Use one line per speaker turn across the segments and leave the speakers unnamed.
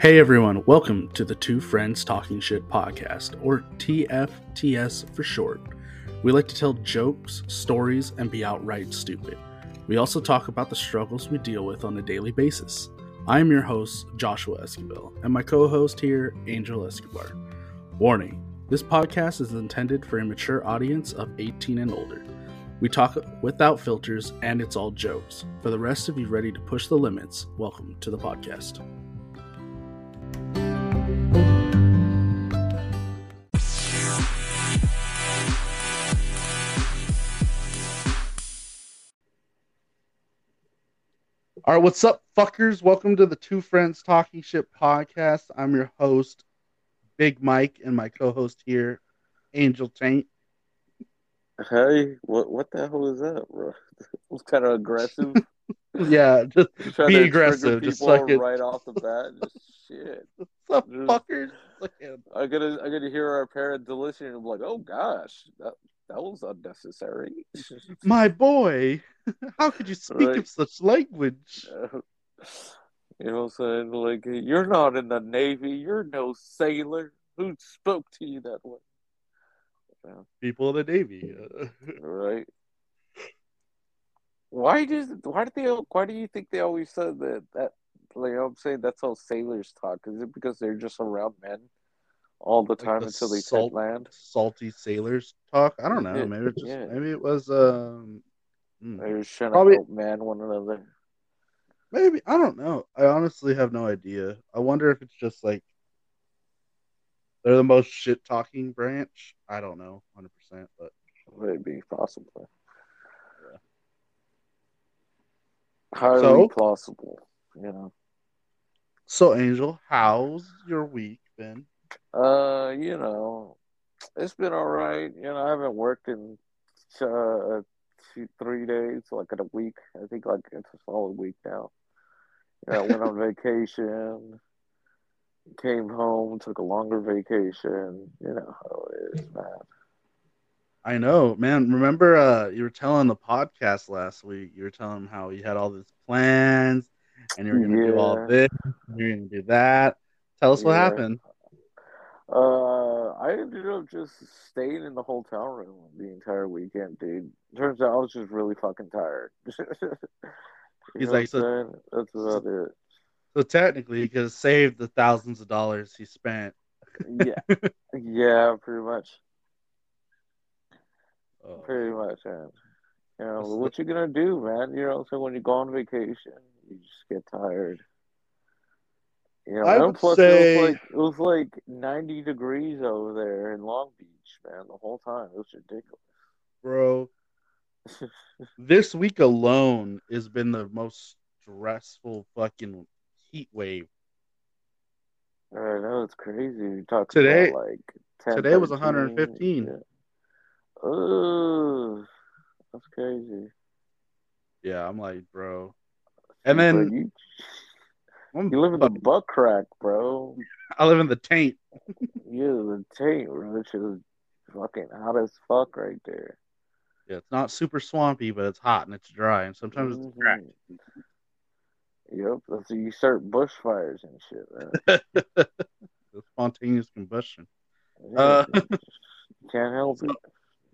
Hey everyone, welcome to the Two Friends Talking Shit podcast, or TFTS for short. We like to tell jokes, stories, and be outright stupid. We also talk about the struggles we deal with on a daily basis. I am your host, Joshua Escobar, and my co host here, Angel Escobar. Warning this podcast is intended for a mature audience of 18 and older. We talk without filters, and it's all jokes. For the rest of you ready to push the limits, welcome to the podcast. All right, what's up, fuckers? Welcome to the Two Friends Talking Shit podcast. I'm your host, Big Mike, and my co-host here, Angel Taint.
Hey, what what the hell is that, bro? It's kind of aggressive.
Yeah, just
You're trying
Be
to
aggressive,
trigger
just
people
like it.
right off the bat. Just shit.
what's up,
There's-
fuckers? Man,
I gotta I gotta hear our parent delicious and I'm like, oh gosh, that that was unnecessary.
My boy, how could you speak
Right.
of such language?
you know what I'm saying? Like you're not in the navy. You're no sailor. Who spoke to you that way?
People in the Navy. Uh,
Right. Why does why do they why do you think they always said that that like I'm saying that's how sailors talk? Is it because they're just around men all the
Like
time
the
until they
salt-
hit land?
salty sailors talk. I don't
Yeah,
know. Maybe it just
yeah.
maybe it was um hmm,
They're just trying
Probably-
to outman one another.
maybe I don't know. I honestly have no idea. I wonder if it's just like they're the most shit talking branch. I don't know, hundred percent, but
Maybe possibly. Highly
So?
plausible, you know.
So, Angel, how's your week been?
Uh, you know, it's been all right. You know, I haven't worked in uh, two, three days, like in a week. I think like it's a solid week now. You know, I went on vacation, came home, took a longer vacation. You know how it is, man.
I know, man. Remember, uh, you were telling the podcast last week. You were telling them how you had all these plans, and you were going to do all
Yeah.
this, and you were going to do that. Tell us what
Yeah.
happened.
Uh, I ended up just staying in the hotel room the entire weekend, dude. Turns out I was just really fucking tired. You
He's
know
like,
what
so-
I'm saying? that's about it.
So technically, you could have saved the thousands of dollars he spent.
yeah, yeah, pretty much,
Oh,
pretty much, man. You know,
That's-
what you gonna do, man? You know, so when you go on vacation, you just get tired. You know,
I
and
would
plus
say-
it was like it was like ninety degrees over there in Long Beach, man, the whole time. It was ridiculous.
bro, this week alone has been the most stressful fucking heat wave.
I know it's crazy. You talk
Today-
about like 10,
today was
13,
115.
Yeah. Ooh, that's crazy.
Yeah, I'm like, bro. And then
But you,
I'm
you live in the
fucking-
butt crack, bro.
I live in the taint.
You the taint, bro. Which is fucking hot as fuck right there.
Yeah, it's not super swampy, but it's hot and it's dry, and sometimes it's cracked.
Mhm. Yep, Mm-hmm. that's you start bushfires and shit, man.
The spontaneous combustion.
Yeah,
Uh,
can't help it.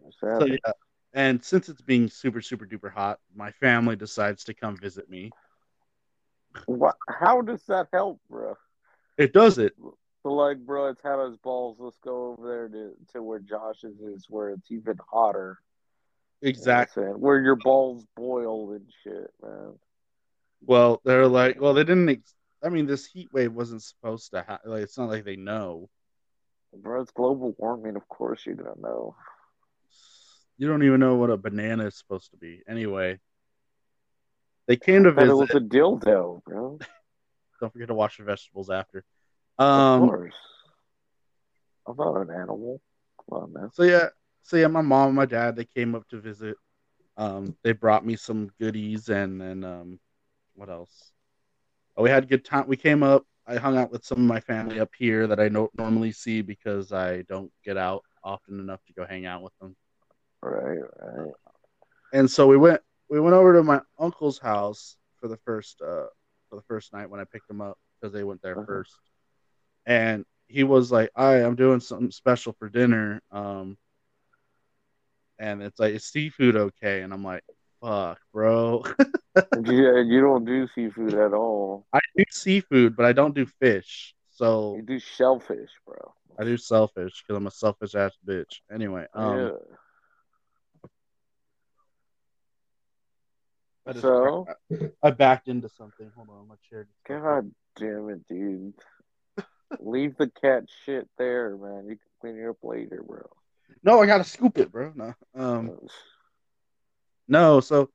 It's
So
happening.
yeah, and since it's being super super duper hot, my family decides to come visit me.
Wha- How does that help, bro?
It does it.
So like, bro, it's had us balls. Let's go over there to, to where Josh's is, where it's even hotter. You know what I'm
Exactly.
saying? where your balls boil and shit, man.
Well, they're like, well, they didn't. Ex- I mean, this heat wave wasn't supposed to happen. Like, it's not like they know.
Bro, it's global warming. Of course, you're gonna know.
You don't even know what a banana is supposed to be. Anyway, they came to
That it
visit.
was a dildo, bro.
Don't forget to wash your vegetables after.
of
Um.
course. I'm not an animal. Come on, man.
So yeah. So yeah, my mom and my dad they came up to visit. Um, they brought me some goodies and and um, what else? Oh, we had a good time. We came up. I hung out with some of my family up here that I don't normally see because I don't get out often enough to go hang out with them.
Right, right.
and so we went we went over to my uncle's house for the first uh for the first night when I picked them up because they went there
Uh-huh.
first.
and he was like, "I, I'm doing something special for dinner." Um, and it's like, "Is seafood okay?" And I'm like, "Fuck, bro,
yeah, you don't do seafood at all.
I do seafood, but I don't do fish, so
You do shellfish, bro.
I do selfish because I'm a selfish ass bitch." Anyway, um,
yeah.
I just-
So?
I backed into something. Hold on, my chair. just-
God damn it, dude. Leave the cat shit there, man. You can clean it up later, bro.
No, I gotta scoop it, bro. No, um, no. So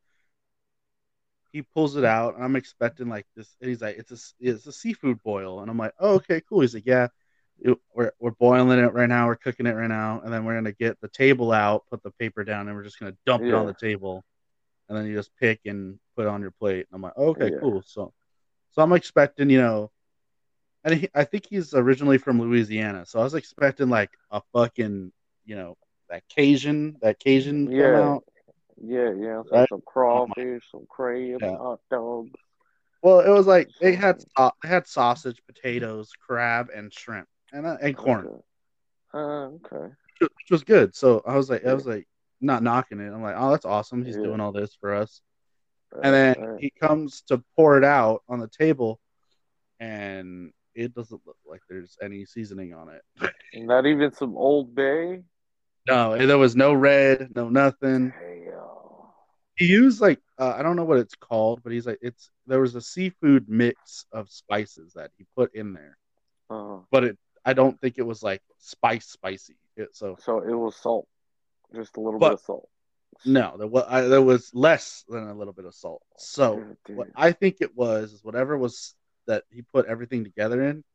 he pulls it out, and I'm expecting like this. And he's like, "It's a it's a seafood boil," and I'm like, "Oh, okay, cool." He's like, "Yeah, it- we're we're boiling it right now. We're cooking it right now, and then we're gonna get the table out, put the paper down, and we're just gonna dump it on
Yeah.
the table, and then you just pick and put it on your plate." And I'm like, oh, "Okay,
Yeah.
cool." So, so I'm expecting, you know. And he, I think he's originally from Louisiana, so I was expecting like a fucking, you know, that Cajun, that Cajun come
Yeah.
out.
yeah, yeah. So
Right?
Some crawfish, some crab,
Yeah.
hot dogs.
Well, it was like they had sau- they had sausage, potatoes, crab, and shrimp, and uh, and corn,
Okay. Uh, okay.
which was good. So I was like, I was like, not knocking it. I'm like, oh, that's awesome. He's
Yeah.
doing all this for us.
Uh,
And then
uh,
he comes to pour it out on the table, and it doesn't look like there's any seasoning on it.
not even some Old Bay.
No, and there was no red, no nothing.
Damn.
He used like uh, I don't know what it's called, but he's like, it's there was a seafood mix of spices that he put in there.
Uh,
but it I don't think it was like spice spicy. It, so
so it was salt, just a little
But-
bit of salt.
no, there was I, there was less than a little bit of salt. So
God damn.
Oh, what I think it was is whatever was that he put everything together in.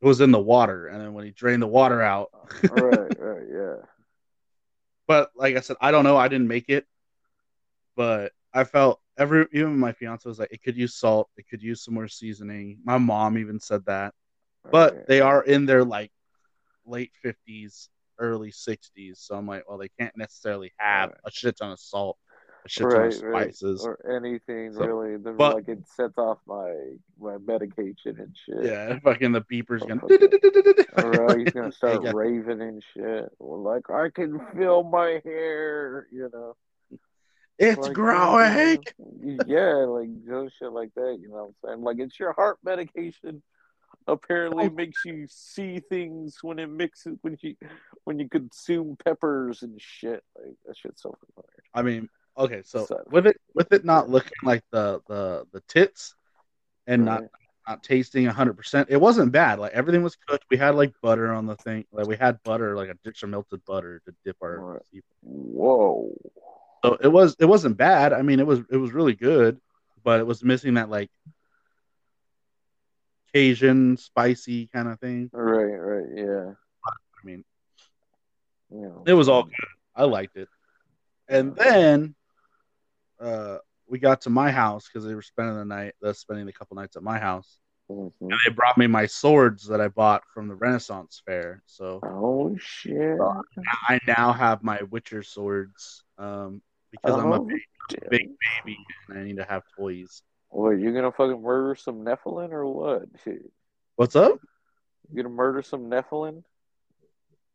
It was in the water, and then when he drained the water out.
right, right, yeah.
But like I said, I don't know. I didn't make it, but I felt every even my fiance was like, it could use salt, it could use some more seasoning. My mom even said that.
Right.
but they are in their like late 50s early 60s so i'm like well they can't necessarily have
Right.
a shit ton of salt a shit ton
Right,
of
right.
spices
or anything
So-
really. They're
but-
like it sets off my my medication and shit.
yeah and fucking the beeper's gonna
Or uh, he's gonna start
Yeah.
raving and shit. Well, like I can feel my hair, you know.
it's
like,
growing
Yeah, like no shit like that. You know what I'm saying? Like it's your heart medication. Apparently,
Oh.
it makes you see things when it mixes when you when you consume peppers and shit. Like that shit's so familiar.
i mean okay so
So-
with it with it not looking like the the the tits and not not tasting 100% it wasn't bad like everything was cooked we had like butter on the thing like we had butter like a ditch of melted butter to dip our
Right.
seafood
Whoa.
So it was it wasn't bad. I mean, it was it was really good, but it was missing that like Cajun spicy kind of thing.
Right. Right. Yeah.
I mean,
Yeah.
it was all good. I liked it. And then uh we got to my house because they were spending the night, uh, spending a couple nights at my house,
Mhm.
and they brought me my swords that I bought from the Renaissance fair. So
Oh shit.
Well, I now have my Witcher swords um, because I'm a
Oh,
big
damn.
big baby and I need to have toys.
What, you gonna fucking murder some Nephilim or what? Shit.
What's up?
You gonna murder some Nephilim?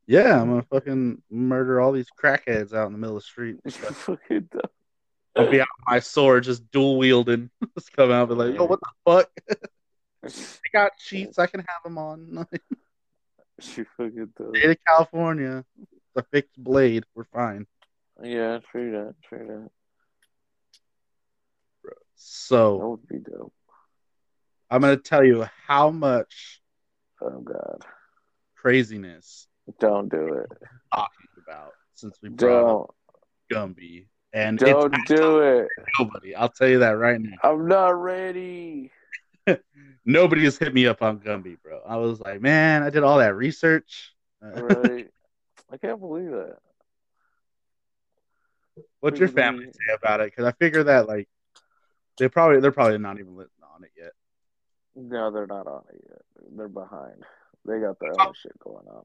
Yeah, I'm gonna fucking murder all these crackheads out in the middle of the street.
Fucking dumb.
I'll be out with my sword, just dual wielding. just come out, and be like, yo, what the fuck? I got cheats. I can have them on.
You fucking dumb.
State of California, the fixed blade. We're fine.
Yeah, true that, true that. That
So
would be dope.
I'm gonna tell you how much
Oh god.
craziness
Don't do it.
we're talking about since we brought
Don't.
up Gumby, and
Don't
it's
do it.
nobody. I'll tell you that right now.
I'm not ready.
Nobody has hit me up on Gumby, bro. I was like, man, I did all that research. Uh,
Right. I can't believe that.
What's your family
Really?
say about it? Because I figure that like they probably they're probably not even listening on it yet.
No, they're not on it yet. They're behind. They got their own shit going on.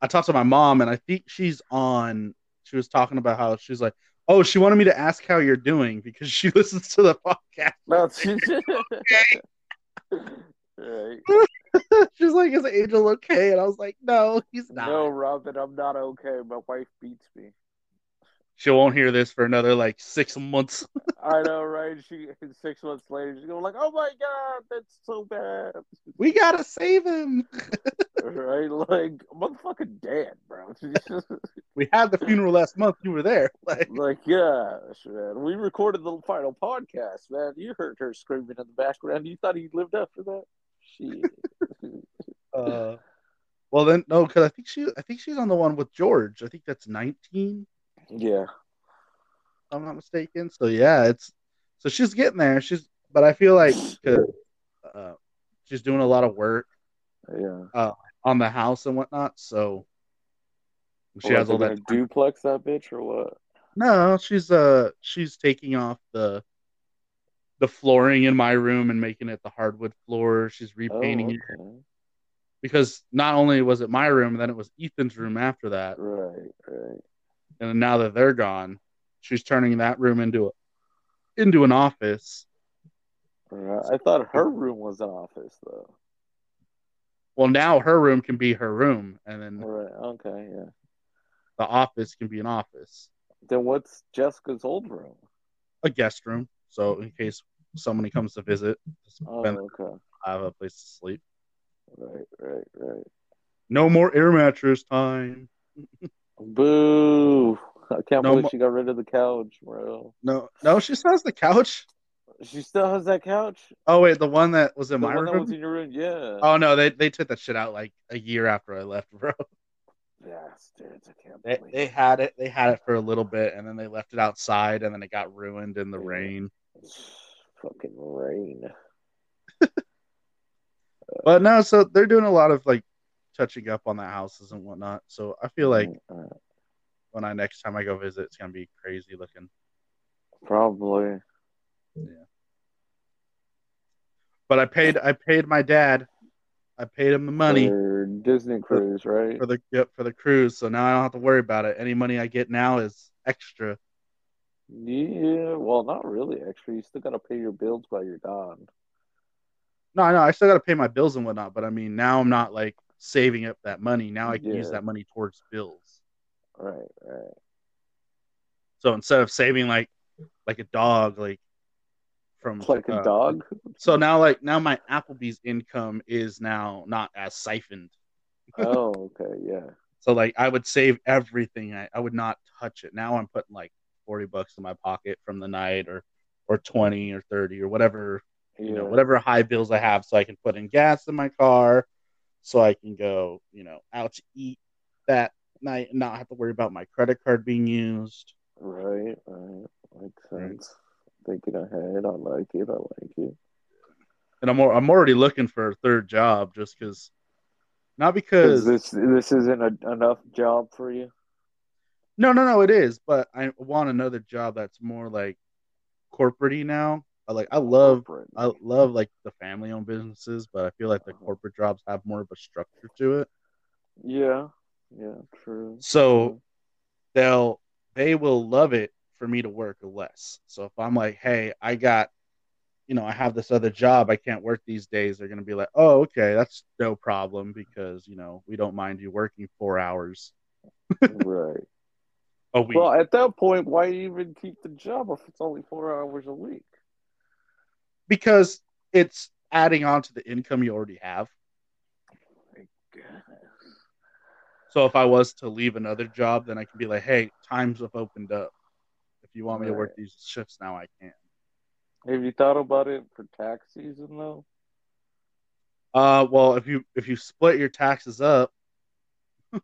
I talked to my mom and I think she's on. She was talking about how she's like, oh, she wanted me to ask how you're doing because she listens to the podcast.
No, it's- right.
She's like, "Is Angel okay?" And I was like, "No, he's not."
No, Robin, I'm not okay. My wife beats me.
She won't hear this for another like six months.
I know, right? She six months later, she's going like, "Oh my god, that's so bad."
we gotta save him.
right? Like, motherfucking dead, bro.
We had the funeral last month. You were there. Like,
like, gosh, man. We recorded the final podcast, man. You heard her screaming in the background. You thought he lived up for that? Shit.
uh, well then, no, because I think she, I think she's on the one with George. I think that's nineteen.
yeah.
if I'm not mistaken. So yeah, it's so she's getting there. She's but I feel like 'cause, uh, she's doing a lot of work
Yeah.
on the house and whatnot. So she
Well,
has
they
all
gonna
that. time.
duplex that bitch or what?
No, she's uh she's taking off the the flooring in my room and making it the hardwood floor. She's
Oh,
repainting it
okay.
because not only was it my room, then it was Ethan's room after that,
Right, right.
and now that they're gone, she's turning that room into a into an office.
Right. I thought her room was an office though.
Well, now her room can be her room, and then
Right. Okay. Yeah.
the office can be an office,
Then what's Jessica's old room?
a guest room. So in case somebody comes to visit, just
Oh,
spend-
okay.
I have a place to sleep.
Right, right, right.
No more air mattress time.
Boo! I can't
No
believe
mo-
she got rid of the couch, bro.
No, no, she still has the couch.
She still has that couch.
Oh wait, the one that was in
The
my
one that
room.
was in your room, yeah.
Oh no, they they took that shit out like a year after I left, bro.
Bastards! I can't
They
believe.
they had it, they had it for a little bit, and then they left it outside, and then it got ruined in the rain.
Fucking rain.
But no, so they're doing a lot of like touching up on the houses and whatnot. So I feel like
Uh,
when I next time I go visit, it's gonna be crazy looking.
probably.
But I paid I paid my dad, I paid him the money
for Disney cruise, right?
for the yep, for the cruise, so now I don't have to worry about it. Any money I get now is extra.
Yeah. Well, not really. Actually, you still gotta pay your bills while you're gone.
No, I know I still got to pay my bills and whatnot, but I mean now I'm not like saving up that money. Now I can use
Yeah.
that money towards bills.
Right. Right.
So instead of saving like like a dog, like from
Like a
uh,
dog.
So now like now my Applebee's income is now not as siphoned.
oh, okay. Yeah.
So like I would save everything. I, I would not touch it. Now I'm putting like forty bucks in my pocket from the night or or twenty or thirty or whatever
Yeah.
you know, whatever high bills I have so I can put in gas in my car, so I can go, you know, out to eat that night and not have to worry about my credit card being used.
Right. Right. Makes
Right.
sense. Thinking ahead. I like it. I like it.
And I'm al- I'm already looking for a third job just because not because
Because this this isn't a, enough job for you.
No, no, no, it is, but I want another job that's more like corporate now. I like I love
Corporate.
I love like the family owned businesses, but I feel like the corporate jobs have more of a structure to it.
Yeah. Yeah. True.
So they'll they will love it for me to work less. So if I'm like, hey, I got you know, I have this other job, I can't work these days, they're gonna be like, Oh, okay, that's no problem because you know, we don't mind you working four hours
right.
a week.
Well, at that point, why even keep the job if it's only four hours a week?
because it's adding on to the income you already have. So if I was to leave another job, then I can be like, hey, times have opened up. If you want me to work these shifts now, I can.
Have you thought about it for tax season though?
Uh, well, if you if you split your taxes up,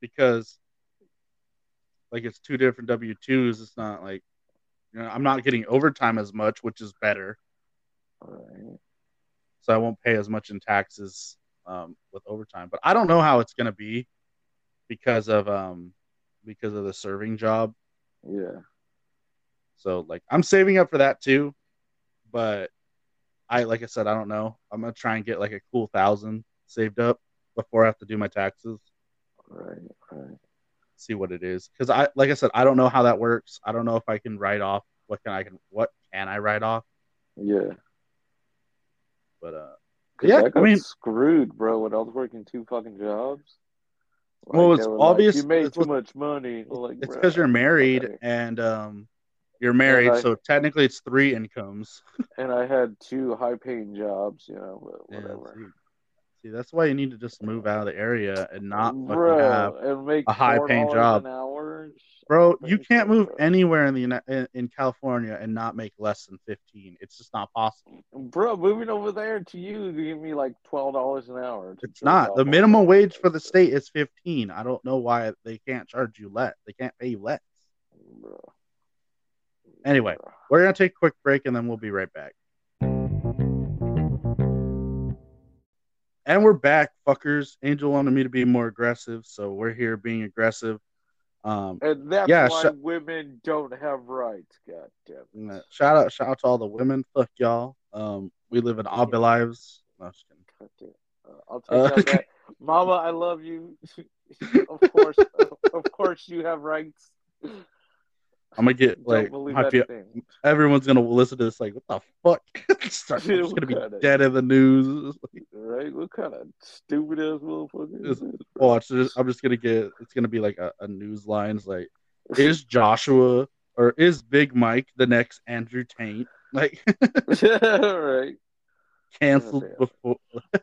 because like it's two different W twos, it's not like you know I'm not getting overtime as much, which is better.
Right.
So I won't pay as much in taxes um, with overtime. But I don't know how it's gonna be because of um because of the serving job.
Yeah.
So like I'm saving up for that too, but I like I said I don't know. I'm gonna try and get like a cool thousand saved up before I have to do my taxes.
Right. Right.
See what it is because I like I said I don't know how that works. I don't know if I can write off what can I can what can I write off.
Yeah.
But uh,
'Cause
Yeah,
I
I
got
mean-
screwed, bro. When I was working two fucking jobs.
Well,
Like,
it's
they were like,
obvious-
you made
it's
too
what-
much money. I'm Like,
It's
"Bruh,
because you're married
okay."
and um, you're married,
I-
so technically it's three incomes.
And I had two high-paying jobs, you know, but
Yeah,
whatever.
see, see, that's why you need to just move out of the area and not fucking
bro,
have.
and make
a high-paying
$4
job.
An hour.
Bro, you
Thank
can't
you,
move
bro.
anywhere in the Uni- in, in California and not make less than fifteen. It's just not possible.
Bro, moving over there to you, you give me like twelve dollars an hour. to
It's
drive
not.
off
The
on
minimum
that.
wage for the state is fifteen. I don't know why they can't charge you less. They can't pay you less.
Bro.
Anyway,
Bro.
we're gonna take a quick break and then we'll be right back. And we're back, fuckers. Angel wanted me to be more aggressive, so we're here being aggressive. Um,
And that's
Yeah,
why
sh-
women don't have rights. God damn
uh,
it.
shout out, shout out to all the women. Fuck y'all. Um, we live in obby lives. No, just kidding.
God damn it. Uh, I'll take out
Uh,
that. Mama, I love you. of course, of course, you have rights.
I'm gonna get like
don't believe
my
that
fe-
thing.
everyone's gonna listen to this like, what the fuck? Start, I'm just
What
gonna be
kinda-
dead in the news.
Right? What kind of stupid ass motherfucker is
Just
this? bro?
Watch this. I'm just gonna get. It's gonna be like a, a news line. It's like, is Joshua or is Big Mike the next Andrew Taint? Like
right.
canceled
Yeah.
before.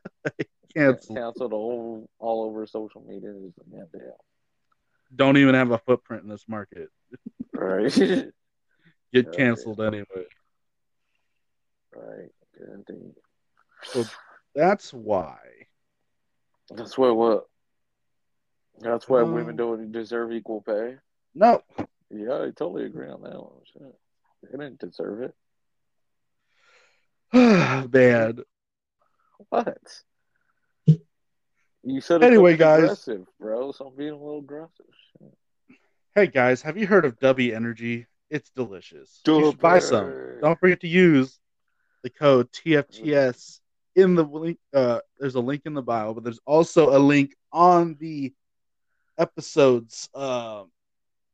canceled.
Canceled all, all over social media. It's like, yeah,
Don't even have a footprint in this market.
damn. Right.
Get
Yeah.
canceled anyway.
Right. Good indeed.
That's why.
That's why what? That's why women
Um,
don't deserve equal pay.
No,
Yeah, I totally agree on that one. Shit. They didn't deserve it.
man.
What? You said it's
Anyway,
something
guys.
aggressive, bro. So I'm being a little aggressive. Shit.
Hey guys, have you heard of W Energy? It's delicious. You should buy some. Don't forget to use the code TFTS in the link. Uh, there's a link in the bio, but there's also a link on the episode's um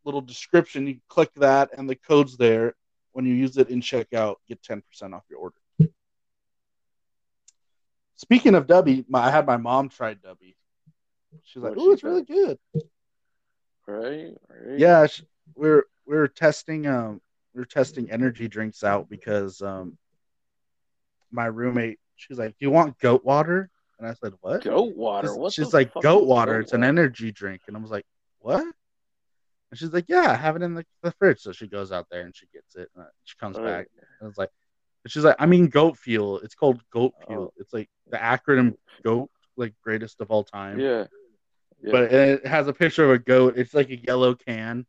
little description. You click that, and the code's there. When you use it in checkout, get 10% off your order. Speaking of Dubby, my, I had my mom try Dubby. She's like,
What'd
"Oh,
she
it's really good."
Right? right?
Yeah, sh- we're we're testing um we're testing energy drinks out because um my roommate she's like, "Do you want goat water?" And I said, "What?"
Goat water.
She's-
what
she's
the
like,
fuck
"Goat
is
water. It's an
water?"
energy drink." And I was like, "What?" And she's like, "Yeah, I have it in the, the fridge." So she goes out there and she gets it. And she comes
Right.
back and it's like, and she's like, "I mean, goat fuel. It's called goat
Oh.
fuel. It's like the acronym goat, like greatest of all time."
Yeah. yeah.
But it has a picture of a goat. It's like a yellow can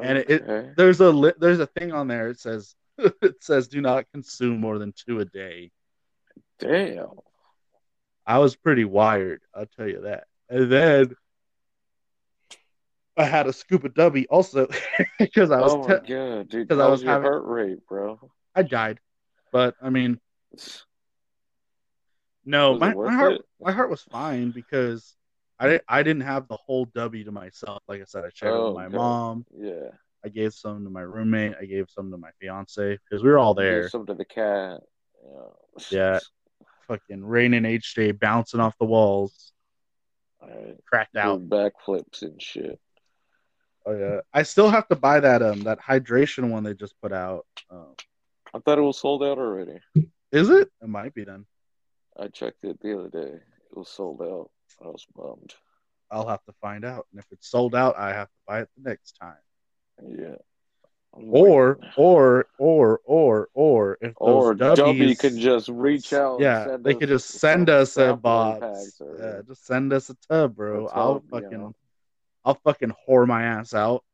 and it- it-
Oh, Okay.
there's a li- there's a thing on there. It says it says do not consume more than two a day.
Damn.
I was pretty wired, I'll tell you that. And then I had a scoop of dubby also because I was
oh my
te-
god, dude.
'cause I
how's
was
your
having-
heart rate, bro.
I died, but I mean no,
Was it
my,
worth
my heart
it?
my heart was fine because I didn't I didn't have the whole dubby to myself. Like I said, I shared it
Oh,
with my
okay.
mom.
Yeah.
I gave some to my roommate. I gave some to my fiance because we were all there.
Give some to the cat. Yeah.
Yeah. fucking Rain and H Day bouncing off the walls,
Alright.
cracked
Do
out.
backflips and shit.
Oh, yeah. I still have to buy that um that hydration one they just put out. Um,
I thought it was sold out already.
is it? It might be then.
I checked it the other day. It was sold out. I was bummed.
I'll have to find out. And if it's sold out, I have to buy it the next time.
Yeah. I'm
Or
waiting.
or or or or if those
or Dubby
W's-
can just reach out.
yeah,
and send
they
us
could just send us a
sample
box.
packs or-
Yeah, just send us a tub, bro.
That's
I'll
all, you
fucking
know.
I'll fucking whore my ass out.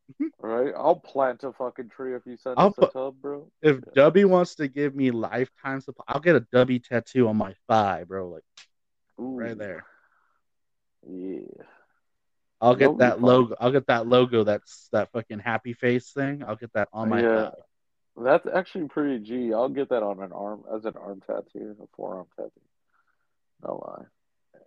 Right? I'll plant a fucking tree if you send
I'll
us
put-
a tub, bro.
If
Yeah.
Dubby wants to give me lifetime supply, I'll get a Dubby tattoo on my thigh, bro. Like
Ooh,
right there.
Yeah.
I'll get
That'll be
that
fun.
logo. I'll get that logo. That's that fucking happy face thing. I'll get that on my
Yeah.
thigh.
That's actually pretty G. I'll get that on an arm as an arm tattoo, a forearm tattoo. No lie.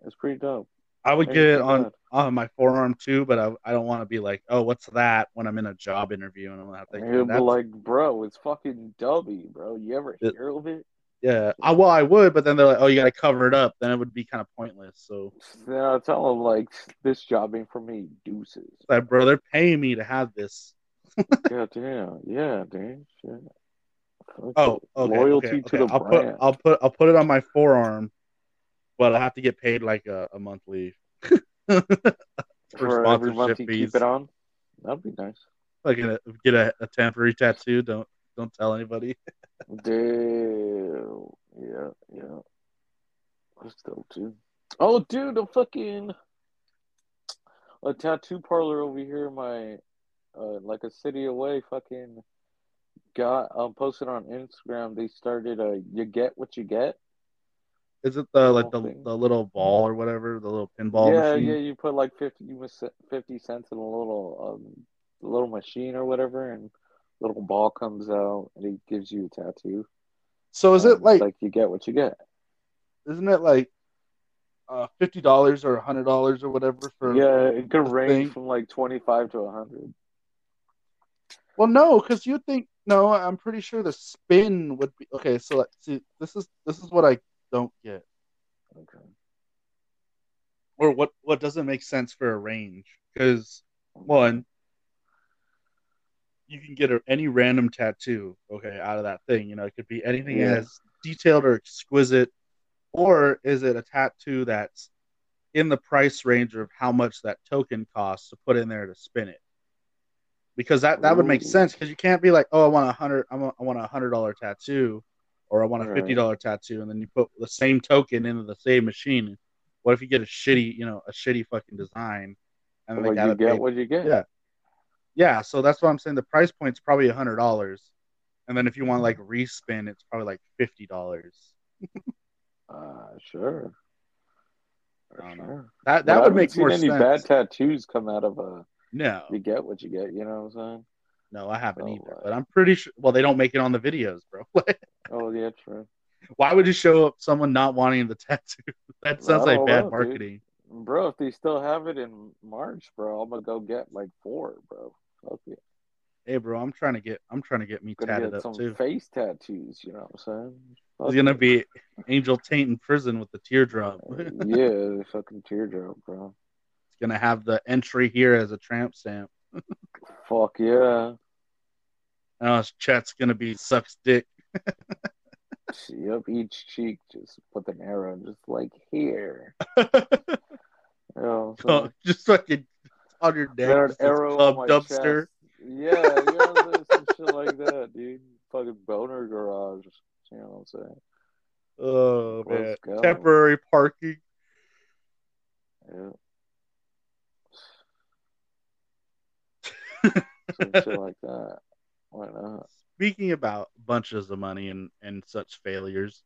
It's pretty dope.
I would
Ain't
get it
too
on
bad.
on my forearm too, but I, I don't want to be like, oh, what's that? When I'm in a job interview and I'm gonna have to.
You'll be
that's-
like, bro, it's fucking dubby, bro. You ever
It-
hear of it?
Yeah. I, well, I would, but then they're like, oh, you got to cover it up. Then it would be kind of pointless. So
Then I tell them like this job ain't for me, deuces.
it's like, bro, they're paying me to have this.
God damn, yeah, dude. Shit. Fuck
Oh,
it.
okay,
loyalty
okay,
to
okay.
the
I'll
brand.
put I'll put I'll put it on my forearm, but I'll have to get paid like a, a monthly.
for every month
sponsorship
you
fees.
keep it on. That'd be nice,
Like a, get a, a temporary tattoo. Don't don't tell anybody.
dude. Yeah, yeah. Let's go too. Oh, dude, a fucking a tattoo parlor over here. My uh, like a city away. Fucking got um posted on Instagram. They started a you get what you get.
Is it the like the,
Something.
the little ball or whatever, the little pinball
yeah,
machine?
yeah. You put like fifty, you mis- fifty cents in a little, um, little machine or whatever, and little ball comes out, and it gives you a tattoo.
So is it
Um,
like,
like you get what you get?
isn't it like uh, fifty dollars or hundred dollars or whatever for?
yeah, it could
the
range
thing?
from like twenty-five to hundred.
Well, no, because you think no. I'm pretty sure the spin would be okay. So let's see. This is this is what I don't get,
Okay.
or what what doesn't make sense for a range. Because one, you can get a, any random tattoo. Okay, out of that thing, you know, it could be anything
Yeah.
as detailed or exquisite, or is it a tattoo that's in the price range of how much that token costs to put in there to spin it? Because that, that would make
Ooh.
sense because you can't be like, oh, I want a hundred, I want, I want a hundred dollar tattoo, or I want a
Right.
fifty dollar tattoo, and then you put the same token into the same machine. What if you get a shitty, you know, a shitty fucking design, and then
Like
they gotta
you get
pay-
what you get.
Yeah. Yeah, so that's what I'm saying. The price point's probably a hundred dollars, and then if you want like respin, it's probably like fifty dollars.
Uh, sure.
I don't know.
Sure.
That
But I
that would
haven't
make
seen
more
any
sense.
bad tattoos come out of a
no,
you get what you get. You know what I'm saying?
no, I haven't
Oh,
either.
wow.
But I'm pretty sure. Well, they don't make it on the videos, bro.
Oh yeah, true.
Why would you show up someone not wanting the tattoo? That sounds
I
like
don't
bad
know, dude.
marketing.
Bro, if they still have it in March, bro, I'm gonna go get like four, bro. Fuck it.
Hey, bro, I'm trying to get I'm trying to get me
Gonna
tatted
get some
up too.
face tattoos, you know what I'm saying?
It's
Fuck
gonna
it.
be Angel Taint in prison with the teardrop. it's
yeah, the fucking teardrop, bro.
gonna have the entry here as a tramp stamp.
Fuck yeah.
And his Oh, chat's gonna be sucks dick.
See, up each cheek, just put an arrow and just like here. You know what I'm
Oh,
saying?
just fucking on your neck.
There an
just this club
on my
dumpster.
chest. Yeah, you know what I'm saying? Some shit like that, dude. Fucking boner garage. You know what I'm saying?
Oh man.
Let's go.
Temporary parking.
Yeah. Some shit like that. Why not?
Speaking about bunches of money and, and such failures.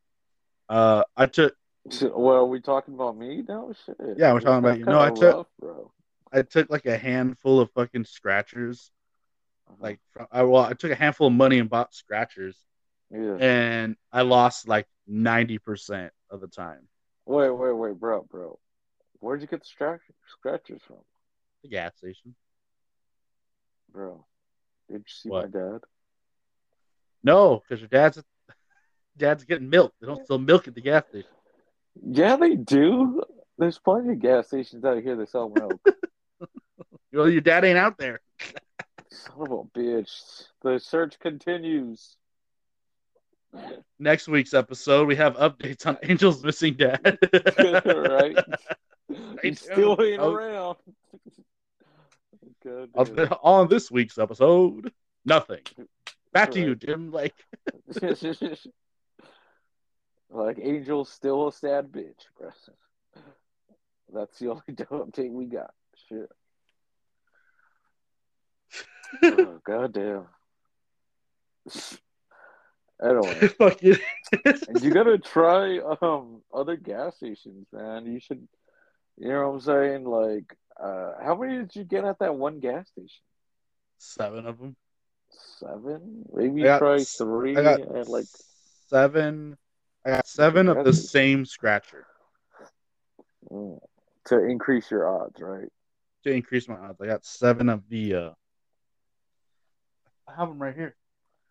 Uh I took
Shit, Well, are we talking about me now? Shit.
Yeah, we're talking about you. No, I took-
Rough, bro.
I took like a handful of fucking scratchers. Like from, I well, I took a handful of money and bought scratchers
yeah.
and I lost like ninety percent of the time.
Wait, wait, wait, bro, bro. Where'd you get the scratch- scratchers from,
The gas station.
bro? Did you see
What?
my dad?
No, because your dad's dad's getting milk. They don't sell milk at the gas station.
Yeah, they do. There's plenty of gas stations out here that sell milk.
You know, your dad ain't out there.
Son of a bitch. The search continues.
next week's episode, we have updates on Angel's missing dad.
right? He's still
do.
ain't
Oh.
around. Good.
On th- on this week's episode, nothing. Back to you,
Right.
Jim. Like,
like Angel's still a sad bitch, bro. That's the only update we got. Shit. oh, goddamn. Anyway,
fuck you.
you gotta try um other gas stations, man. You should, you know what I'm saying? Like, uh, how many did you get at that one gas station?
Seven of them.
Seven? Maybe
I got
try
s-
three
I got
and like
seven. I got seven of the
Congratulations.
same scratcher
mm, to increase your odds, right?
to increase my odds. I got seven of the. Uh... I have them right here.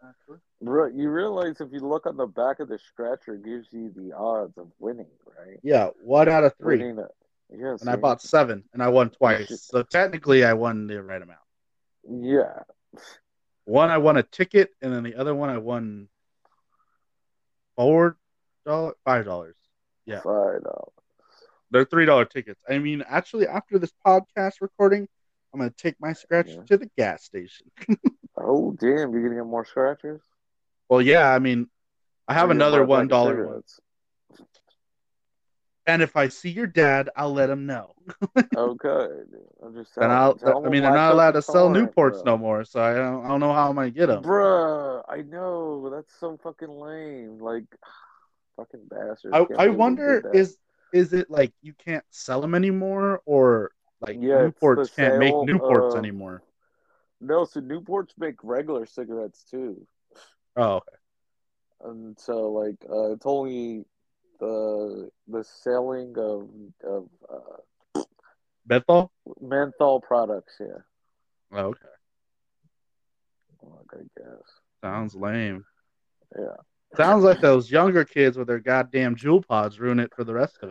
actually.
Re- You realize if you look on the back of the stretcher, it gives you the odds of winning, right?
Yeah, one out of three.
Winning a- yeah,
And I
see? Oh,
bought seven and I won
Shit.
twice. So technically I won the right amount.
Yeah.
One I won a ticket and then the other one I won four dollar five dollars. Yeah.
Five dollars.
They're three dollar tickets. I mean, actually after this podcast recording, I'm gonna take my scratch
Yeah.
to the gas station.
Oh damn! You're gonna get more scratchers.
Well, yeah, I mean I have
You're gonna
another
buy a
one
pack of
dollar one.
cigarettes.
And if I see your dad, I'll let him know.
Okay. I'm just.
And
telling-
I'll,
tell
I
them
mean, I'm
my
not allowed to
fucking
sell
tolerance, bro.
Newports no more, so I don't, I don't know how I'm gonna get them.
Bruh, I know that's so fucking lame. Like, fucking bastards.
I,
Can't
I
believe they
wonder
did that.
is is it like you can't sell them anymore, or like
Yeah, it's
Newports
the
can't make
sale
Newports
of-
anymore?
no. So Newports make regular cigarettes too,
Oh, okay.
and so like uh, it's only the the selling of of uh,
menthol.
menthol products. Yeah,
Oh, okay,
like I guess.
sounds lame.
Yeah.
sounds like those younger kids with their goddamn jewel pods ruin it for the rest of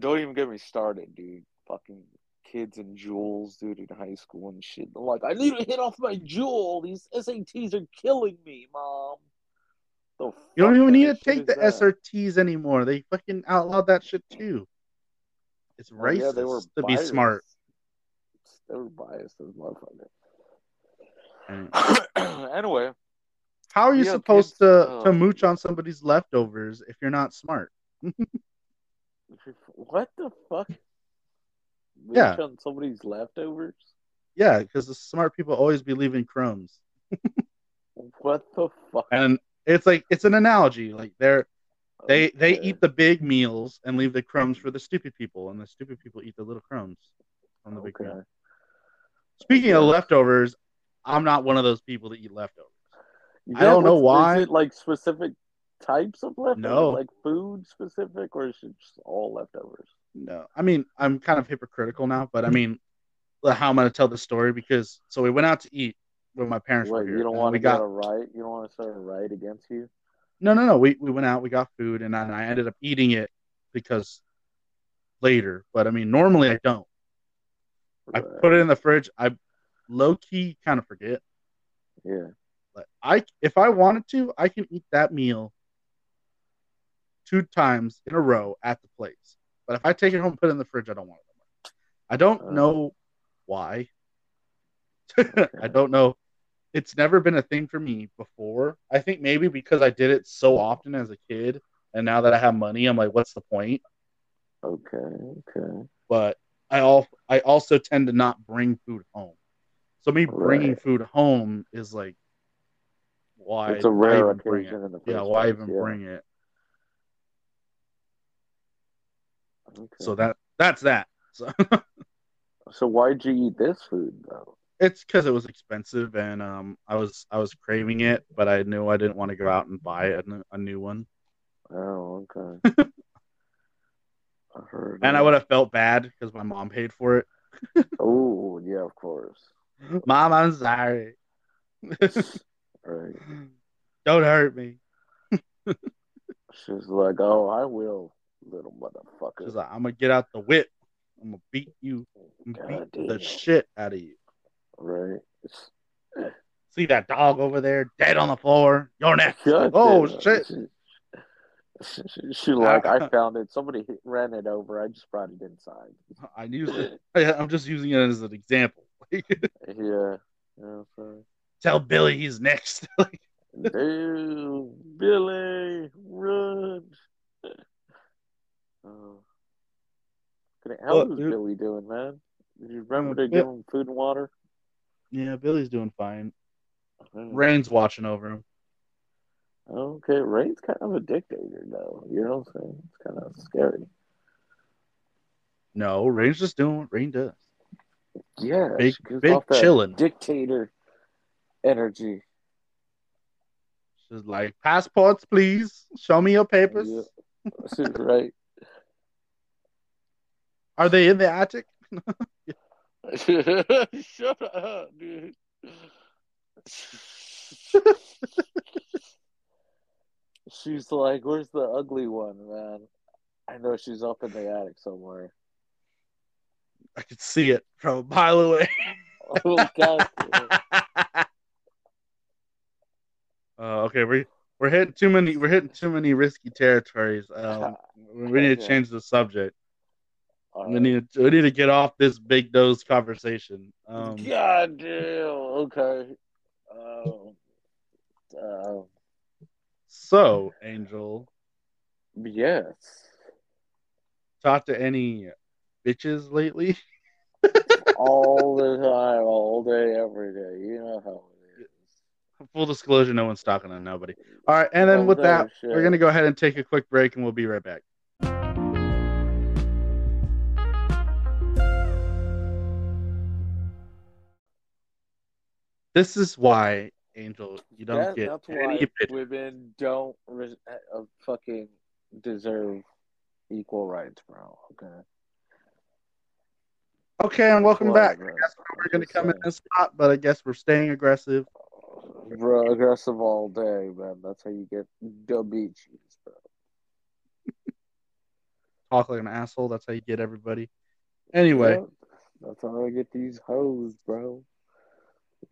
Don't even get me started, dude. Fucking kids and jewels, dude, in high school and shit. They're like, I need to hit off my jewel. These SATs are killing me, mom. The
You don't
fuck
even
kind
need to
of shit
take
is
the
that?
SRTs anymore. They fucking outlawed that shit too. It's
Well,
racist to be
biased.
smart.
They were biased as motherfuckers.
And
anyway,
How are you
Yeah,
supposed
kids,
to,
uh,
to mooch on somebody's leftovers if you're not smart?
what the fuck? Reach
Yeah.
on somebody's leftovers?
Yeah, because the smart people always be leaving crumbs.
What the fuck?
And it's like it's an analogy. Like they're they they
Oh, Okay.
eat the big meals and leave the crumbs for the stupid people, and the stupid people eat the little crumbs on the big
Okay.
meal. Speaking of leftovers, I'm not one of those people that eat leftovers. I don't know
what's-
why.
Is it like specific types of leftovers?
No.
Like food specific, or is it just all leftovers?
No, I mean I'm kind of hypocritical now, but I mean like, how I'm gonna tell the story because so we went out to eat when my parents were
Wait,
here.
you don't
and
want
we
to get
got
a right? You don't want to start a right against you?
No, no, no. We we went out, we got food, and I, and I ended up eating it because later. But I mean, normally I don't. I
Right.
put it in the fridge. I low key kind of forget.
Yeah.
Like I, if I wanted to, I can eat that meal two times in a row at the place. But if I take it home, put it in the fridge, I don't want it. anymore. I don't
Uh.
know why. I don't know. It's never been a thing for me before. I think maybe because I did it so often as a kid, and now that I have money, I'm like, what's the point?
Okay. Okay.
But I all I also tend to not bring food home. So me bringing
Right.
food home is like, why?
it's a
why
rare
even bring it?
occasion in the first
Yeah, why
place,
even
yeah.
bring it?
Okay.
So that that's that.
So why'd you eat this food though?
It's because it was expensive, and um, I was I was craving it, but I knew I didn't want to go out and buy a, n- a new one.
Oh, okay. I heard.
And I would have felt bad because my mom paid for it.
Oh yeah, of course.
Mom, I'm sorry.
Right.
Don't hurt me.
She's like, oh, I will, little motherfucker.
She's like, I'm gonna get out the whip. I'm gonna beat you, I'm gonna
God damn.
beat the shit out of you.
right.
See that dog over there, dead on the floor. You're next.
God
Oh,
damn.
shit.
She, she- she like, I found it. Somebody hit- ran it over. I just brought it inside.
I used it. I- I'm just using it as an example.
Yeah. yeah so-
Tell Billy he's next.
Dude, Billy, run. Oh. Can I- How
Look,
was
dude.
Billy doing, man? Did you remember to
Uh, Yeah.
give him food and water?
yeah, Billy's doing fine.
Mm.
Rain's watching over him.
Okay, Ray's kind of a dictator, though. You know what I'm saying? It's kind of scary.
No, Rain's just doing what Rain does.
Yeah,
Big,
she gives
big
off that
chillin'.
dictator energy.
She's like, passports, please. Show me your papers.
Yeah. She's right.
Are they in the attic?
Shut up, dude. She's like, "Where's the ugly one, man?" I know she's up in the attic somewhere.
I could see it from a mile away.
Oh God!
uh, Uh, okay, we're we're hitting too many we're hitting too many risky territories. Um, we need to
Okay.
change the subject.
All
We
right.
need to, we need to get off this big nose conversation. Um,
God damn. Okay. Um, uh,
so, Angel,
yes.
talk to any bitches lately?
All the time, all day, every day. You know how it is.
Full disclosure, no one's talking to nobody. All right, and then
All
with
day
that,
shit.
we're gonna go ahead and take a quick break, and we'll be right back. This is why, Angel, you don't
That-
get
that's why
any bitch.
women don't res- uh, fucking deserve equal rights, bro. Okay.
Okay, and welcome
Why,
back.
bro?
I guess we're gonna
Just
come in
saying.
this hot, but I guess we're staying aggressive.
Bro, aggressive all day, man. That's how you get the beaches, bro.
Talk like an asshole. That's how you get everybody. Anyway,
Yeah, that's how I get these hoes, bro.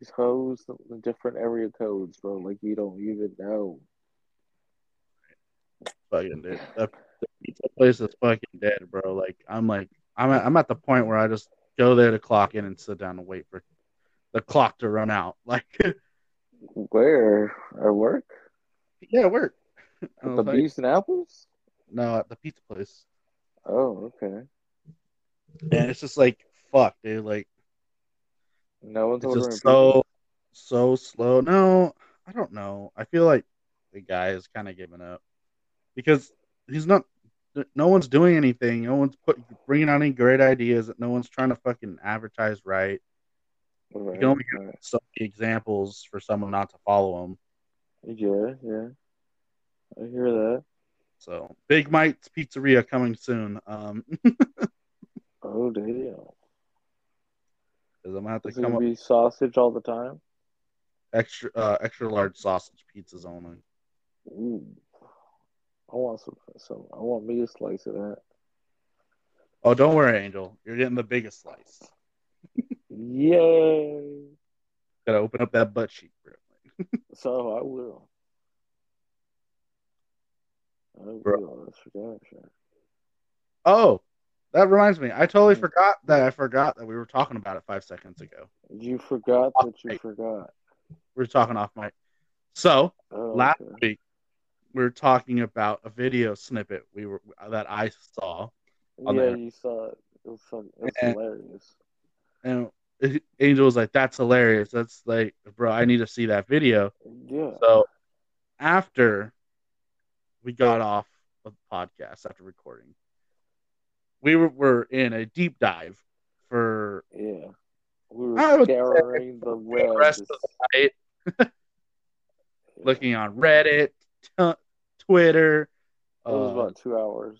These hoes, the the different area codes, bro. Like you don't even know.
fucking dude. The, the pizza place is fucking dead, bro. Like I'm like I'm at, I'm at the point where I just go there to clock in and sit down and wait for the clock to run out. Like
Where I work,
yeah, it worked. I
at
was
the
like,
bees and apples.
no, at the pizza place,
Oh, okay.
and it's just like fuck, dude. Like
No one's
it's
ordering.
just so so slow. No, I don't know. I feel like the guy is kind of giving up because he's not. No one's doing anything. No one's put, bringing out any great ideas. No one's trying to fucking advertise right.
pizza.
you can only
Right, right.
so many examples for someone not to follow him.
Yeah, yeah. I hear that.
So Big Mike's Pizzeria coming soon. Um, 'cause
Oh damn.
I'm gonna have to
Is it
come
gonna
up
be sausage all the time?
extra uh, extra large sausage pizzas only.
Ooh. I want some. Some. I want me a slice of that.
Oh, don't worry, Angel. You're getting the biggest slice.
Yay!
Gotta open up that butt cheek, bro.
So I will. I will.
Bro.
That's for damn sure.
Oh, that reminds me. I totally forgot that I forgot that we were talking about it five seconds ago.
You forgot that you
Hey.
forgot.
We were talking off mic. So
Oh,
last
okay.
week we were talking about a video snippet we were that I saw,
yeah,
on there.
you saw it. It was, fun. It was
And-
hilarious.
and Angel was like, "That's hilarious. That's like, bro, I need to see that video."
Yeah.
So after we got off of the podcast after recording, we were, were in a deep dive for
yeah. We were
I would say
scouring the web.
rest
to
of
s- yeah.
looking on Reddit, t- Twitter.
It was
uh,
about two hours.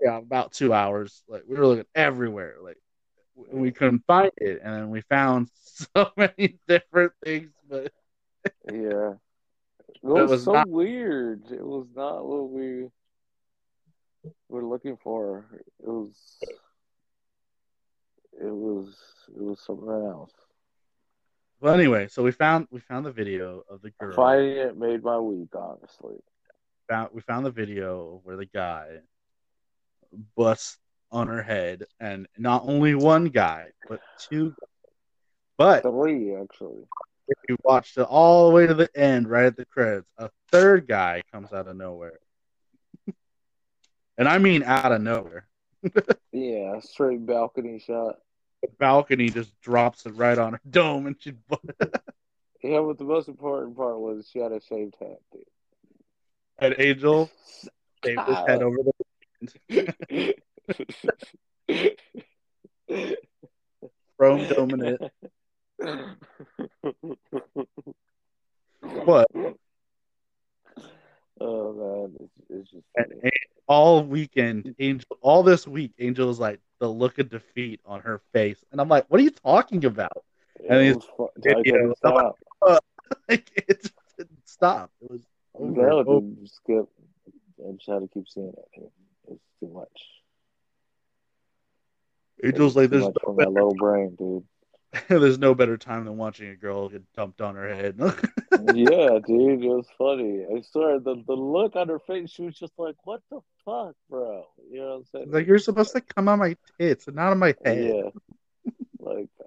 yeah, about two hours. Like we were looking everywhere, like w- we couldn't find it, and then we found so many different things. But
Yeah. It was,
was
so
not-
weird. It was not what we were looking for. It was. It was. It was something else.
well, anyway, so we found we found the video of the girl.
Finding it made my week, honestly.
found we found the video where the guy busts on her head, and not only one guy, but two. But
Three, actually.
if you watched it all the way to the end, right at the credits, a third guy comes out of nowhere, and I mean out of nowhere.
Yeah, straight balcony shot.
The balcony just drops it right on her dome, and she. bu-
Yeah, but the most important part was she had a shaved head, dude.
And Angel shaved his head over the. Chrome dome in it. What?
Oh man, it's, it's just
And
funny.
An- all weekend, Angel, all this week, Angel was like the look of defeat on her face, and I'm like, "What are you talking about?"
It
and he's-
was fu- I couldn't
video.
stop.
like it just didn't stop. It was over.
No,
and over.
dude, oh, skip. I just had to keep seeing it. It's too much.
Angel's
It's
like
too
there's
much for
no,
my
better,
little brain, dude.
there's no better time than watching a girl get dumped on her head.
yeah, dude, it was funny. I swear, the, the look on her face, she was just like, "What the fuck, bro?" You know what I'm saying?
like you're supposed to come on my tits and not on my head.
yeah, like that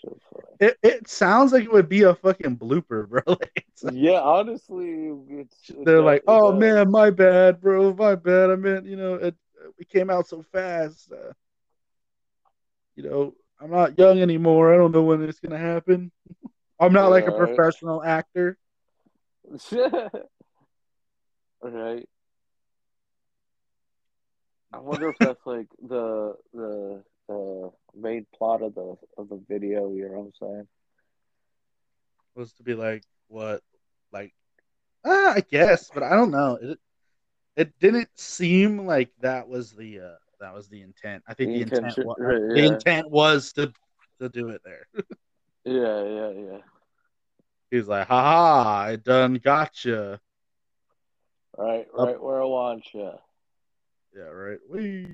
shit was funny.
It, it sounds like it would be a fucking blooper, bro. Like, it's like-
Yeah, honestly, it's, it
they're like,
definitely
"Oh
does.
man, my bad, bro. My bad. I meant, you know, it, it came out so fast. Uh, you know, I'm not young anymore. I don't know when it's gonna happen. I'm not like a
Yeah, right.
professional actor.
right. I wonder if that's like the the the main plot of the of the video. You know what I'm saying?
Was to be like what, like, ah, I guess, but I don't know. It it didn't seem like that was the uh, that was the intent. I think
The
the, intent
intention-
was,
right,
the
yeah.
intent was to to do it there.
Yeah, yeah, yeah.
He's like, "Ha ha, I done gotcha."
Right, right where I want you.
Yeah, right. Whee.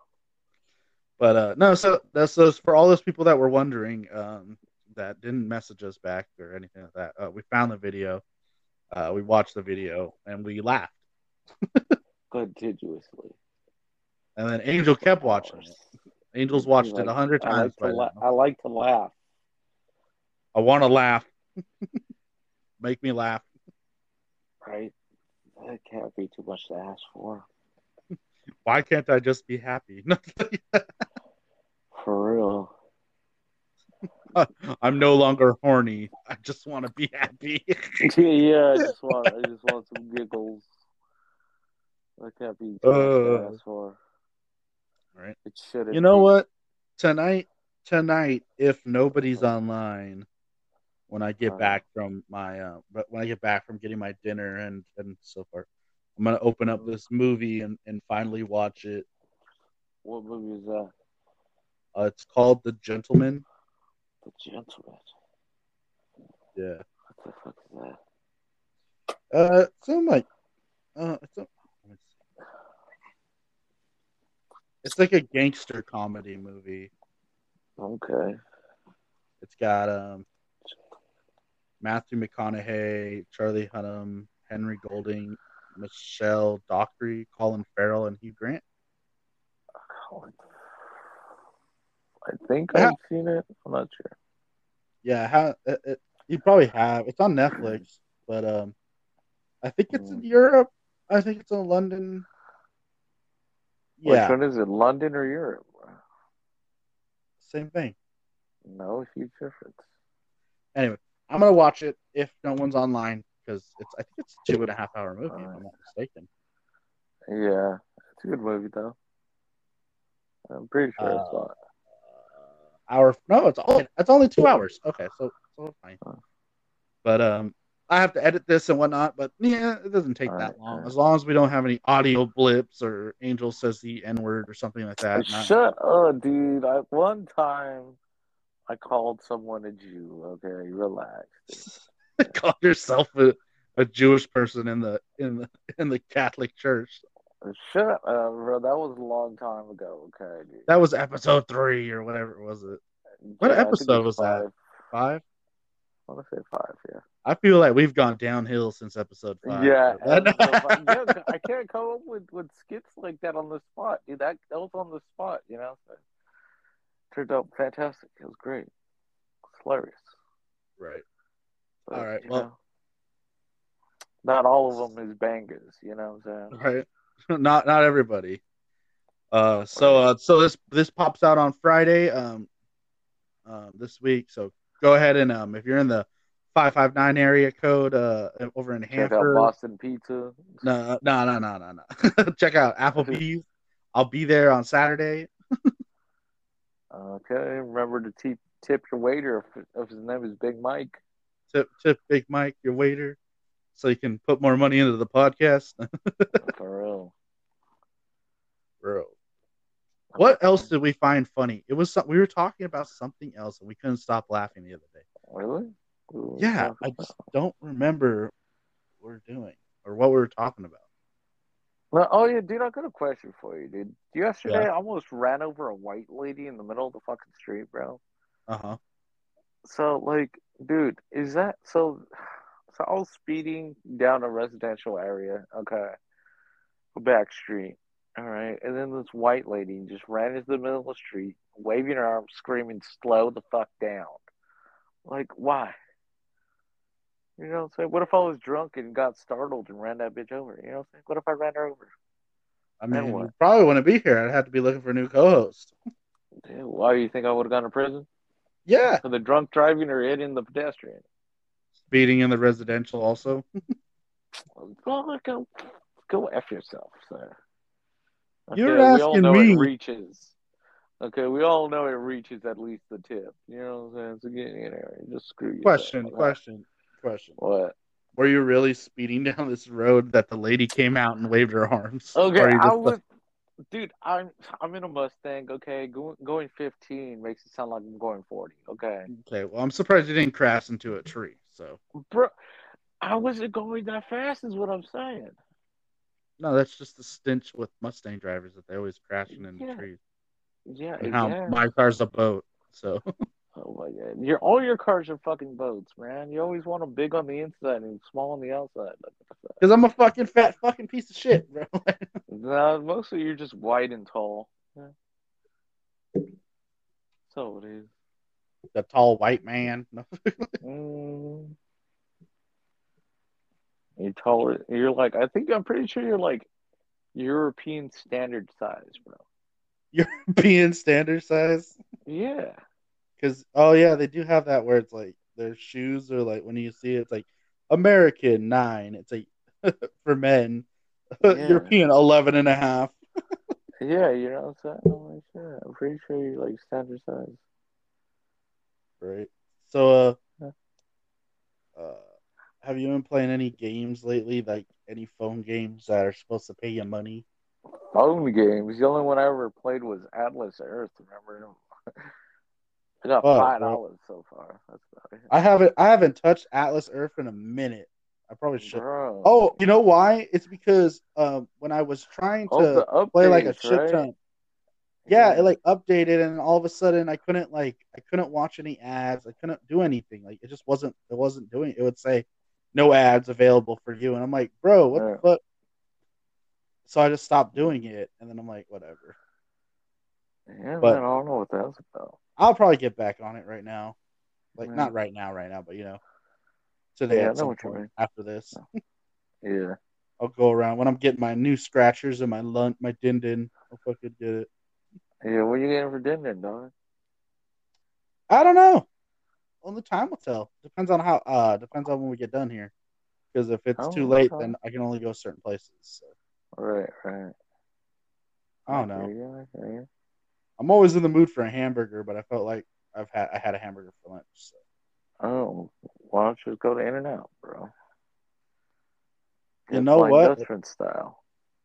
but uh no, so that's those for all those people that were wondering um that didn't message us back or anything like that. Uh, we found the video. Uh, we watched the video and we laughed.
Contiguously.
And then Angel kept watching it. Angel's watched it a hundred
I
times.
like,
by
to la-
now.
I like to laugh.
I want to laugh. Make me laugh.
Right? That can't be too much to ask for.
Why can't I just be happy?
For real.
I'm no longer horny. I just want to be happy.
yeah, I just want I just want some giggles. That can't be too much to
Uh.
ask for.
Right.
It shouldn't
You know
be.
what? Tonight, tonight, if nobody's online, when I get
Alright.
back from my, uh, but when I get back from getting my dinner and and so forth, I'm gonna open up this movie and and finally watch it.
What movie is that?
Uh, it's called The Gentleman.
The Gentleman.
Yeah.
What the fuck is that?
Uh, so I'm like, uh, it's a, let me see. it's like a gangster comedy movie.
Okay.
It's got um Matthew McConaughey, Charlie Hunnam, Henry Golding, Michelle Dockery, Colin Farrell, and Hugh Grant.
I think
Yeah.
I've seen it. I'm not sure.
Yeah, how it, it, you probably have. It's on Netflix, but um, I think it's in Europe. I think it's in London. Yeah,
Which one is it? London or Europe?
same thing.
No huge difference.
Anyway, I'm gonna watch it if no one's online because it's. I think it's a two and a half hour movie. if I'm not mistaken.
Yeah, it's a good movie though. I'm pretty sure it's not.
uh, hour. No, it's only it's only two hours. Okay, so so fine.
Huh.
But um, I have to edit this and whatnot. But yeah, it doesn't take
All
that
right, all
long
right.
as long as we don't have any audio blips or Angel says the N word or something like that. Not-
Shut up, dude! I, one time, I called someone a Jew. Okay, relax.
Call yourself a, a Jewish person in the in the in the Catholic Church.
Shut up, uh, bro. That was a long time ago. Okay, dude.
That was episode three or whatever it was. It what
I think
episode
it's
was that?
five.
five.
I want to say five. Yeah.
I feel like we've gone downhill since episode five.
yeah,
But-
and so if I, yeah, I can't come up with, with skits like that on the spot, dude. That that was on the spot, you know. So, turned out fantastic. It was great. It's hilarious.
right.
But,
All right,
you
well-
know, not all of them is bangers. You know what I'm saying?
right not not everybody uh so uh so this this pops out on friday um uh, this week so go ahead and um if you're in the 559 area code uh over in
Check out
Hanford,
Boston Pizza.
no uh, no no no no no check out applebee's i'll be there on saturday
Okay, remember to tip tip your waiter if, if his name is Big Mike.
tip tip big mike your waiter so you can put more money into the podcast
For real.
bro what else did we find funny it was some, we were talking about something else and we couldn't stop laughing the other day
Really? We were
Yeah,
talking
I
about-
just don't remember what we're doing or what we were talking about.
Well, oh yeah, dude, I got a question for you, dude. Yesterday, I almost ran over a white lady in the middle of the fucking street, bro.
Uh
Uh-huh.
huh.
So, like, dude, is that so? So I was speeding down a residential area, okay, a back street, all right, and then this white lady just ran into the middle of the street, waving her arms, screaming, "Slow the fuck down!" Like, why? You know what I'm saying? What if I was drunk and got startled and ran that bitch over? You know what I'm saying? What if I ran her over?
I
Then
mean,
what?
we probably wouldn't be here. I'd have to be looking for a new co-host.
Dude, why do you think I would have gone to prison?
Yeah,
For the drunk driving or hitting the pedestrian?
speeding in the residential also.
Well, go, go F yourself, sir.
You're
we all
asking
know
me.
It reaches. Okay, we all know it reaches at least the tip. You know what I'm saying? So get in there and just screw yourself.
Question,
Okay.
question, question.
What?
Were you really speeding down this road that the lady came out and waved her arms?
Okay,
Or you
I
just-
was, dude. I'm I'm in a Mustang. Okay, going going 15 makes it sound like I'm going 40. Okay,
Okay, well, I'm surprised you didn't crash into a tree. So
bro, I wasn't going that fast. Is what I'm saying.
no, that's just the stench with Mustang drivers that they always crashing into
Yeah.
trees.
Yeah,
And how
yeah.
my car's a boat, so
Oh my god. Your all your cars are fucking boats, man. You always want them big on the inside and small on the outside. Like, what the fuck?
because I'm a fucking fat fucking piece of shit, bro.
No, mostly you're just wide and tall. Yeah. So it is.
the tall white man. No.
Mm. You're taller. You're like I think I'm pretty sure you're like European standard size, bro.
European standard size.
Yeah.
Because oh yeah, they do have that where it's like their shoes are like when you see it, it's like American nine. It's like for men,
Yeah.
European 11 and a half.
Yeah, you know what I'm saying? Oh my god. I'm pretty sure you're like standard size.
Right. So,
Yeah.
uh, uh, have you been playing any games lately? Like any phone games that are supposed to pay you money?
phone games. The only one I ever played was Atlas Earth. Remember? I got
Oh,
five
well.
dollars so far. That's about it.
I haven't. I haven't touched Atlas Earth in a minute. I probably should.
Bro.
Oh, you know why? It's because um, when I was trying
Oh,
to
the updates,
play like a shit
right?
ton, yeah, it like updated, and all of a sudden I couldn't like I couldn't watch any ads. I couldn't do anything. Like it just wasn't. It wasn't doing. It would say no ads available for you, and I'm like, bro, what
Yeah.
the fuck? So I just stopped doing it, and then I'm like, whatever.
yeah,
but-
man, I don't know what that's about.
I'll probably get back on it right now. Like
Yeah.
not right now, right now, but you know, today
Yeah, I
at
know
some
what you
point
mean.
after this.
Yeah,
I'll go around when I'm getting my new scratchers and my lunch, my din din. I'll fucking get it.
yeah. What you getting for dinner, dog?
I don't know. Only time will tell. Depends on how. Uh, depends on when we get done here. Because if it's
Oh,
too late,
okay.
then I can only go certain places. So.
Right, right.
I don't know.
Yeah, yeah.
I'm always in the mood for a hamburger, but I felt like I've had I had a hamburger for lunch. So.
Oh, why don't you just go to In and Out, bro?
You
Get
know
Flying
what?
Dutchman style.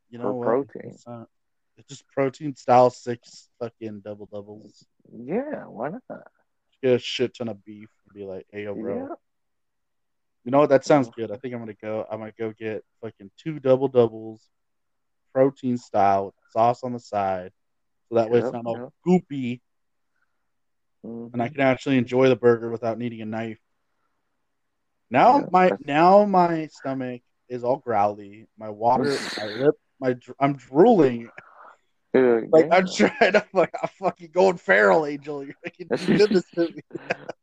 You
For
know what?
protein.
It's, not- it's just protein style six fucking double doubles.
Yeah, why not?
Get a shit ton of beef and be like, hey yo, bro.
Yeah.
You know what? That sounds good. I think I'm gonna go. I'm gonna go get fucking two double doubles, protein style with sauce on the side, so that way it's
Yep,
not all
yep.
goopy, and I can actually enjoy the burger without needing a knife. Now
Yeah,
my
that's-
now my stomach is all growly. My water, my lip, my dr- I'm drooling.
Mhm.
Like
Yeah.
I'm trying. I'm like I'm fucking going feral, Angel. You're like, you did this to me.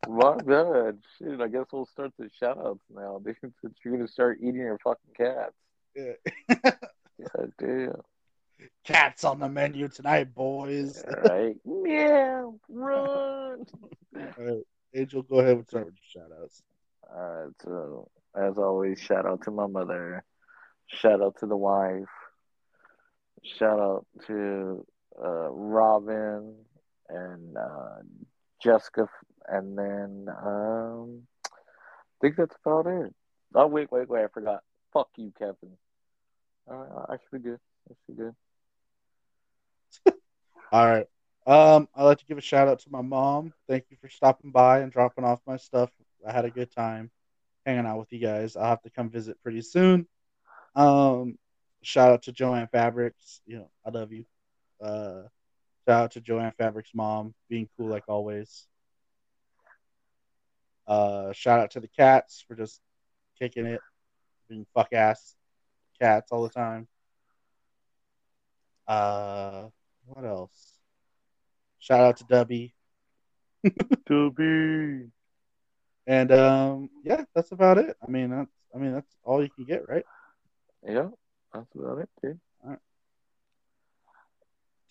My bad. Shit, I guess we'll start the shout outs now, dude, since you're gonna start eating your fucking cats.
Yeah.
God damn.
Cats on the menu tonight, boys.
Alright. yeah, run.
All right, Angel, go ahead and start with your shout outs.
Alright, Uh, so as always, shout out to my mother. Shout out to the wife. Shout out to uh, Robin and uh, Jessica, and then um, I think that's about it. Oh wait, wait, wait! I forgot. Fuck you, Kevin. All right, I should be good. I should be good.
All right. Um, I'd like to give a shout out to my mom. Thank you for stopping by and dropping off my stuff I had a good time hanging out with you guys. I'll have to come visit pretty soon. Um, shout out to Joanne Fabrics. You know, I love you. Uh, shout out to Joanne Fabrics' mom, being cool like always. Uh, shout out to the cats for just kicking it, being fuck ass cats all the time. Uh, what else? Shout out to Dubby.
To be.
And um, yeah, that's about it. I mean, that's I mean that's all you can get, right?
Yeah, that's about it, dude.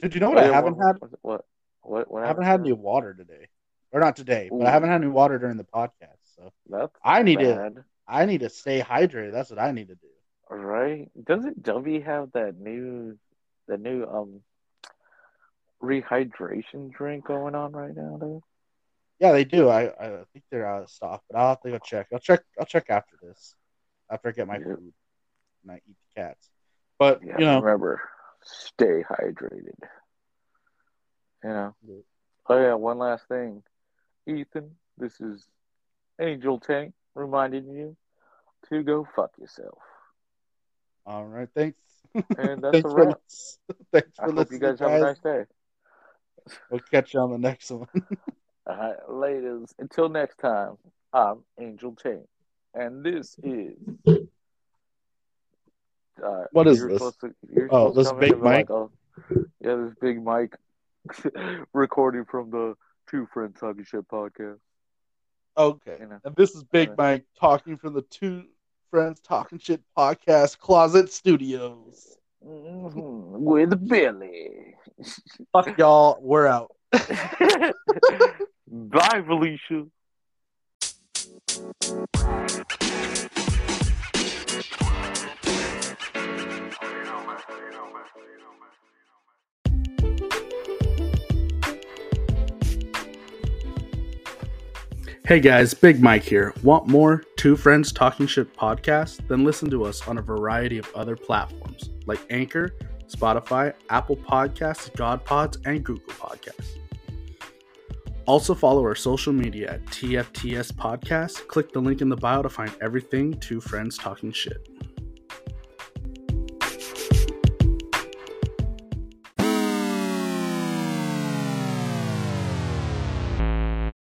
Dude, you know what? I
Oh, Yeah,
haven't
what,
had
what what what
I haven't had
happened?
any water today, or not today, but
Ooh.
I haven't had any water during the podcast. So
That's
I need to
bad,
I need to stay hydrated. That's what I need to do.
right? Doesn't Dubby have that new the new um rehydration drink going on right now, dude?
Yeah, they do. I, I think they're out of stock, but I'll have to go check. I'll check. I'll check after this, after I get my
Yeah.
food and I eat the cats. But
Yeah,
you know,
remember, stay hydrated. You know.
Yeah.
Oh yeah, one last thing, Ethan. This is Angel Tank reminding you to go fuck yourself.
all right. Thanks.
And that's a
Thanks for,
wrap.
lis- thanks
I hope
for
you
listening,
guys
guys.
have a nice day.
We'll catch you on the next one.
Uh, ladies, until next time, I'm Angel Tank, and this is. Uh,
What is
you were
this?
supposed to- you were
Oh,
supposed to
this
come in
big
and be like, oh, yeah, this big mic recording from the Two Friends Talking Shit podcast.
Okay.
You know.
And this is Big
Alright.
Mike talking from the Two Friends Talking Shit podcast closet studios.
Mhm, With Billy.
Fuck y'all. We're out.
Bye, Felicia.
Hey guys, Big Mike here. Want more Two Friends Talking Shit podcast? Then listen to us on a variety of other platforms like Anchor, Spotify, Apple Podcasts, God Pods, and Google Podcasts. Also, follow our social media at TFTS Podcast. Click the link in the bio to find everything Two Friends Talking Shit.